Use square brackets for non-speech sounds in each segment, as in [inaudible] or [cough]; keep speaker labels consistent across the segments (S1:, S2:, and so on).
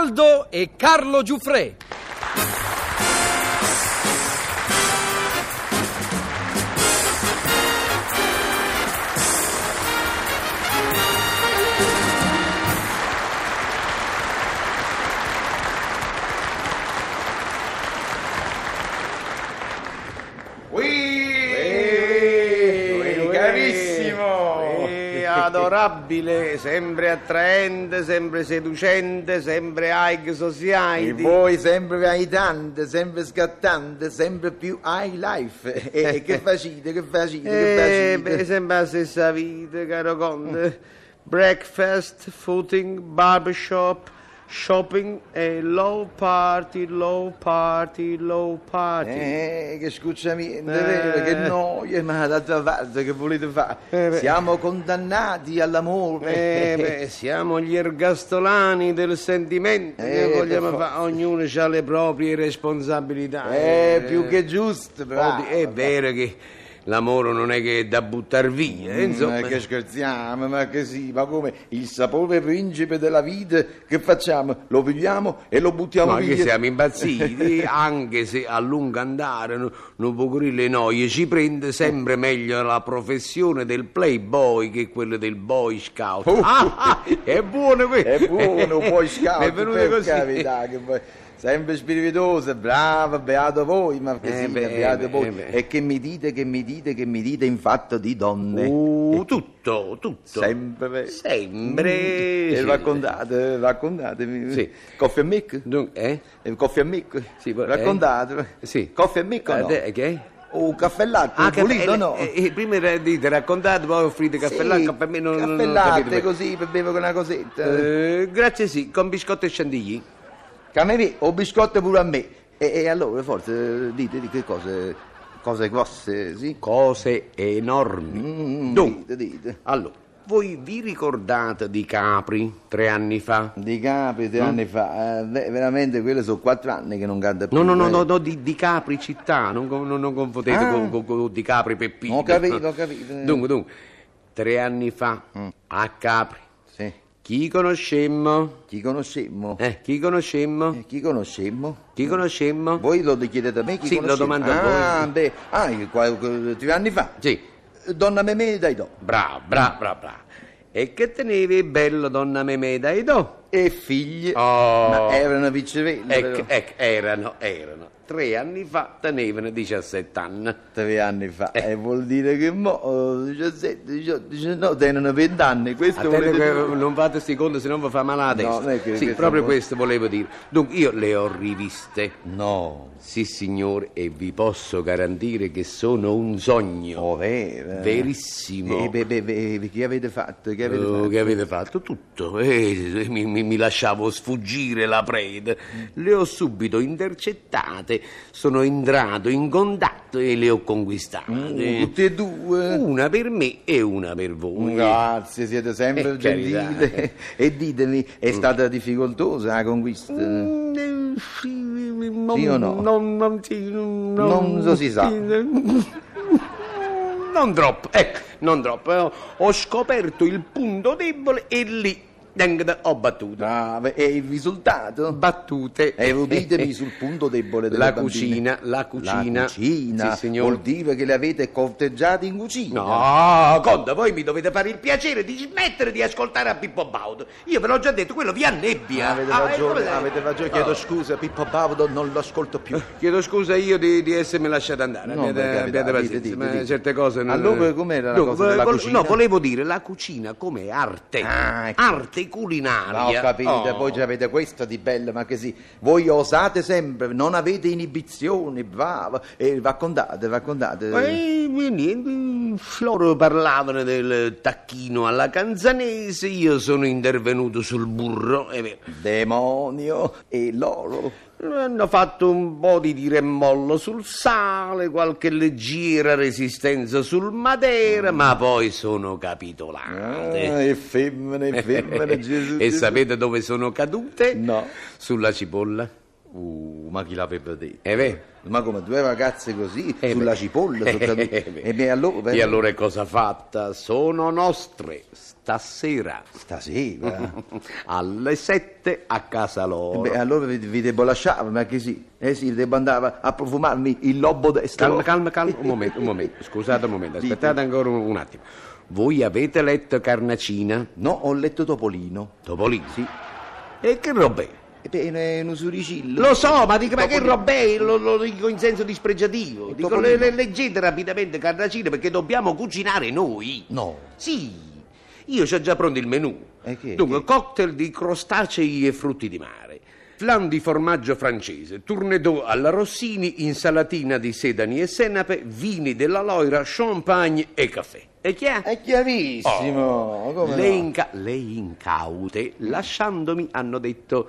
S1: Aldo e Carlo Giuffre.
S2: Ui, carissimo!
S3: Ui, adorabile, sempre attraente, sempre seducente, sempre high
S2: E
S3: society.
S2: voi sempre vaitante, sempre scattante, sempre più high [laughs] life. E, e che facite, che facite,
S3: Eh,
S2: che
S3: beh,
S2: facite?
S3: sempre la stessa vita, caro Conte. Breakfast, footing, barbershop, shopping e low party, low party, low party.
S2: Eh, che scusami,
S3: Eh.
S2: che noia, ma d'altra parte che volete fare?
S3: Eh, beh.
S2: Siamo condannati all'amore.
S3: Eh, beh, siamo gli ergastolani del sentimento.
S2: Eh,
S3: che vogliamo
S2: per
S3: fare? Ognuno ha le proprie responsabilità.
S2: Eh, più che giusto, però. eh,
S3: Oddio, è vero che l'amore non è che è da buttar via, eh,
S2: Insomma,
S3: insomma.
S2: Mm, che scherziamo, ma che sì, ma come il sapore principe della vita, che facciamo? Lo pigliamo e lo buttiamo
S3: No, che
S2: via.
S3: siamo
S2: [laughs]
S3: impazziti, anche se a lungo andare no- non può curare le noie, ci prende sempre meglio la professione del playboy che quella del boy scout.
S2: Uh.
S3: Ah, ah, è buono questo!
S2: È buono,
S3: [laughs]
S2: poi scout,
S3: è venuto
S2: per
S3: così.
S2: carità, che poi- Sempre spiritoso, brava, beato voi, ma che
S3: Eh
S2: sì,
S3: beh,
S2: beato
S3: eh
S2: voi.
S3: beh.
S2: E che mi dite, che mi dite, che mi dite in fatto di donne?
S3: Uh, tutto, tutto.
S2: Sempre.
S3: Sempre.
S2: Mm. E raccontate, raccontatemi.
S3: Sì.
S2: Coffee and milk?
S3: Dunque, eh?
S2: Eh, Coffee and milk?
S3: Sì, poi- eh?
S2: Raccontatemi.
S3: Sì.
S2: Coffee and milk o Ecco, no?
S3: Eh, che?
S2: O un caffè e latte,
S3: Ah,
S2: un pulito
S3: caffè-
S2: o no?
S3: eh, eh, prima era- dite raccontate, poi offrite caffè
S2: Sì,
S3: latte, per me non, non- non ho
S2: caffè e latte,
S3: capito.
S2: così, per bere una cosetta.
S3: Eh, grazie sì, con biscotto e chantilly.
S2: Cameri, o biscotto pure a me. E, e allora, forse, eh, dite di che cose, cose grosse, sì?
S3: Cose enormi.
S2: Mm,
S3: Dunque,
S2: Dite, dite.
S3: allora, voi vi ricordate di Capri tre anni fa?
S2: Di Capri tre anni fa, eh, ve- veramente quelle sono quattro anni che non canta più.
S3: No, no, no,
S2: eh.
S3: no, no, di, di Capri città, non, con- non- non confondete
S2: Ah.
S3: con, con- con di Capri Peppino.
S2: Ho capito, Mm. ho capito.
S3: Dunque, dunque, tre anni fa a Capri,
S2: Sì.
S3: chi conoscemmo?
S2: Chi conoscemmo?
S3: Eh, chi conoscemmo?
S2: Eh, Chi conoscemmo?
S3: Chi conoscemmo?
S2: Voi lo chiedete a me chi
S3: Sì, lo
S2: conoscemmo?
S3: domando a
S2: ah,
S3: voi.
S2: beh, ah, il qua- tre anni fa.
S3: Sì.
S2: Donna Memè dai do.
S3: Bra, bra, bra, bra. E che tenevi bello donna Memeda e do?
S2: E figli.
S3: Oh.
S2: Ma eh, erano viceversa.
S3: Ecco, ecco, erano, erano. Tre anni fa tenevano 17 anni.
S2: Tre anni fa, e vuol dire che mo eh, 17, 18, 19, tengono 20 anni. Questo
S3: Attento
S2: volete
S3: che
S2: dire?
S3: non fate sti conti, se non vi fa male la
S2: No,
S3: testa.
S2: non è che-
S3: sì,
S2: questo
S3: proprio
S2: è un po'-
S3: questo volevo dire. Dunque, io le ho riviste.
S2: No,
S3: Sì, signore, e vi posso garantire che sono un sogno.
S2: oh, vero.
S3: Verissimo.
S2: Eh, beh, beh, beh, che avete fatto? Che avete
S3: Oh,
S2: fatto?
S3: che avete fatto tutto eh, mi, mi- mi lasciavo sfuggire la preda le ho subito intercettate sono entrato in contatto e le ho conquistate
S2: Oh, Tutti e due.
S3: una per me e una per voi
S2: Grazie, siete sempre
S3: Eh, carità.
S2: gentili. [laughs] E ditemi, è stata difficoltosa la conquista?
S3: Mm, eh, sì, non,
S2: Sì o no?
S3: non, non, sì, non-
S2: Non so si sa.
S3: non troppo ecco non troppo eh. ho scoperto il punto debole e lì dang, ho battuto
S2: Brava, E il risultato?
S3: battute. [laughs]
S2: E uditemi sul punto debole delle
S3: La
S2: bambine.
S3: cucina, la cucina.
S2: La cucina.
S3: Sì, signor.
S2: Vuol dire che le avete corteggiate in cucina.
S3: No, Conda, voi mi dovete fare il piacere di smettere di ascoltare a Pippo Baudo. Io ve l'ho già detto, quello vi annebbia.
S2: Avete
S3: Ah, eh,
S2: ragione,
S3: come-
S2: avete ragione, chiedo scusa, Pippo Baudo non lo ascolto più.
S3: Chiedo scusa io di, di essermi lasciato andare,
S2: No,
S3: abbiate,
S2: per carità,
S3: abbiate
S2: dite,
S3: pazienza,
S2: dite,
S3: ma
S2: dite.
S3: certe cose non...
S2: Allora, com'era la
S3: Dunque,
S2: cosa della
S3: vol-
S2: cucina?
S3: No, volevo dire, la cucina come arte,
S2: Ah, ecco.
S3: arte
S2: No, ho
S3: culinaria.
S2: capito,
S3: Oh.
S2: voi già avete questo di bello, ma che sì, voi osate sempre, non avete inibizioni, bravo, e raccontate, raccontate.
S3: Eh, niente, loro parlavano del tacchino alla canzanese, io sono intervenuto sul burro e beh,
S2: Demonio e loro.
S3: hanno fatto un po' di tiremollo sul sale, qualche leggera resistenza sul madera, ma poi sono
S2: Mm. Ah,
S3: capitolate. [laughs]
S2: effemmine, effemmine, Gesù.
S3: e
S2: Gesù.
S3: sapete dove sono cadute?
S2: No.
S3: Sulla cipolla.
S2: Uh, ma chi l'avrebbe detto?
S3: E vero?
S2: Ma come due ragazze così, sulla
S3: Eh beh.
S2: cipolla, soprattutto.
S3: [laughs] Eh, beh.
S2: e beh, allora,
S3: E allora è cosa fatta? Sono nostre, stasera,
S2: Stasera.
S3: alle sette Eh a casa loro.
S2: Eh Beh, allora vi, vi devo lasciare, ma che sì, eh sì, devo andare a profumarmi il lobo destro.
S3: Calma, calma, calma, un momento, un momento, scusate un momento, aspettate ancora un, un attimo. Voi avete letto Carnacina?
S2: No, ho letto Topolino.
S3: Topolino? Sì. E che robè?
S2: E beh, è un usuricillo.
S3: Lo so, ma, dico, ma che robè, lo, lo dico in senso dispregiativo. Dico,
S2: Topolino.
S3: le- le- leggete rapidamente Carnacina perché dobbiamo cucinare noi.
S2: No.
S3: Sì, io ho già pronto il menù.
S2: E che-
S3: Dunque, cocktail di crostacei e frutti di mare, flan di formaggio francese, tournedo alla Rossini, insalatina di sedani e senape, vini della Loira, champagne e caffè. E chi è?
S2: È chiarissimo. come
S3: le,
S2: no?
S3: inca- le incaute, lasciandomi, hanno detto...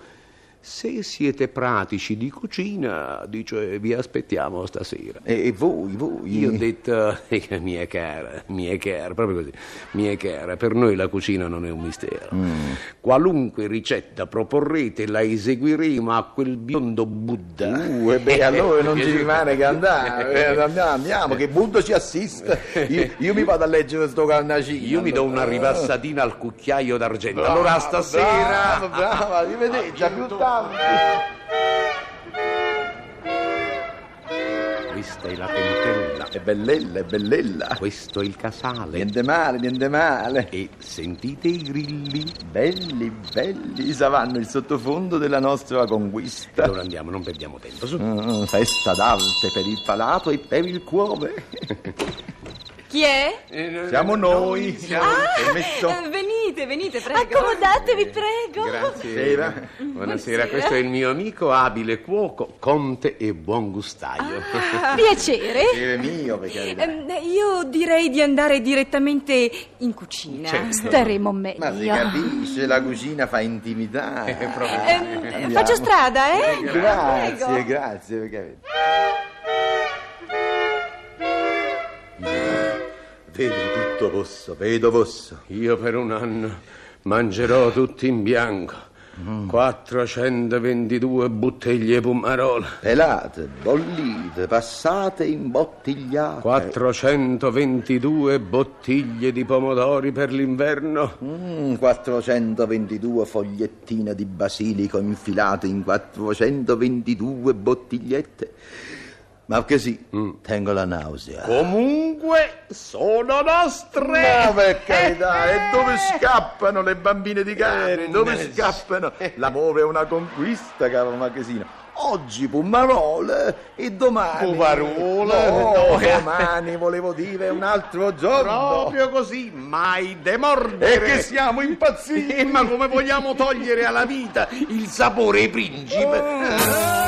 S3: Se siete pratici di cucina, dice, vi aspettiamo stasera.
S2: E, e voi, voi?
S3: Io ho detto, eh, mia cara, mia cara, proprio così, mia cara, per noi la cucina non è un mistero. Qualunque ricetta proporrete la eseguiremo a quel biondo Buddha.
S2: Uh, e
S3: Eh,
S2: beh, allora non ci rimane che
S3: [laughs]
S2: andare. Eh, Andiamo, andiamo, che Buddha ci assiste. Io, io mi vado a leggere sto carnacino.
S3: Io mi do una rivassatina al cucchiaio d'argento. allora stasera...
S2: Brava, brava, arrivederci, a più tardi.
S3: Questa è la pentella,
S2: [laughs] È bellella, è bellella.
S3: questo è il casale.
S2: Niente male, niente male.
S3: E sentite i grilli?
S2: Belli, belli, saranno il sottofondo della nostra conquista.
S3: Allora andiamo, non perdiamo tempo. Su.
S2: Mm, festa d'arte per il palato e per il cuore.
S4: Chi è?
S2: Siamo noi, siamo
S4: Eh, venite, venite, prego.
S5: Accomodatevi, prego.
S3: Buonasera. Buonasera, questo è il mio amico abile cuoco, conte e buon gustaio.
S5: Piacere.
S2: Piacere mio, per carità.
S4: Ah. Ehm, io direi di andare direttamente in cucina.
S5: Staremo
S2: Ma si
S5: meglio.
S2: capisce, la cucina fa intimità.
S4: Ehm,
S2: Andiamo.
S4: faccio strada, eh?
S2: Grazie,
S4: Prego.
S2: grazie, per carità. Vedo tutto rosso, vedo rosso.
S3: Io per un anno mangerò tutto in bianco. 422 bottiglie Pumarola,
S2: Pelate, bollite, passate imbottigliate.
S3: 422 bottiglie di pomodori per l'inverno,
S2: Mm, 422 fogliettine di basilico infilate in 422 bottigliette. Ma che sì, tengo la nausea.
S3: Comunque sono nostre!
S2: Ma per carità, e dove scappano le bambine di
S3: Eh,
S2: cane? Dove
S3: eh,
S2: scappano? L'amore è una conquista, caro Marchesino. Oggi Pumarole e domani.
S3: Pumarole,
S2: No,
S3: no.
S2: domani volevo dire un altro giorno.
S3: Proprio così, mai
S2: E
S3: demordere!
S2: che siamo impazziti!
S3: Eh, ma come vogliamo togliere alla vita il sapore principe?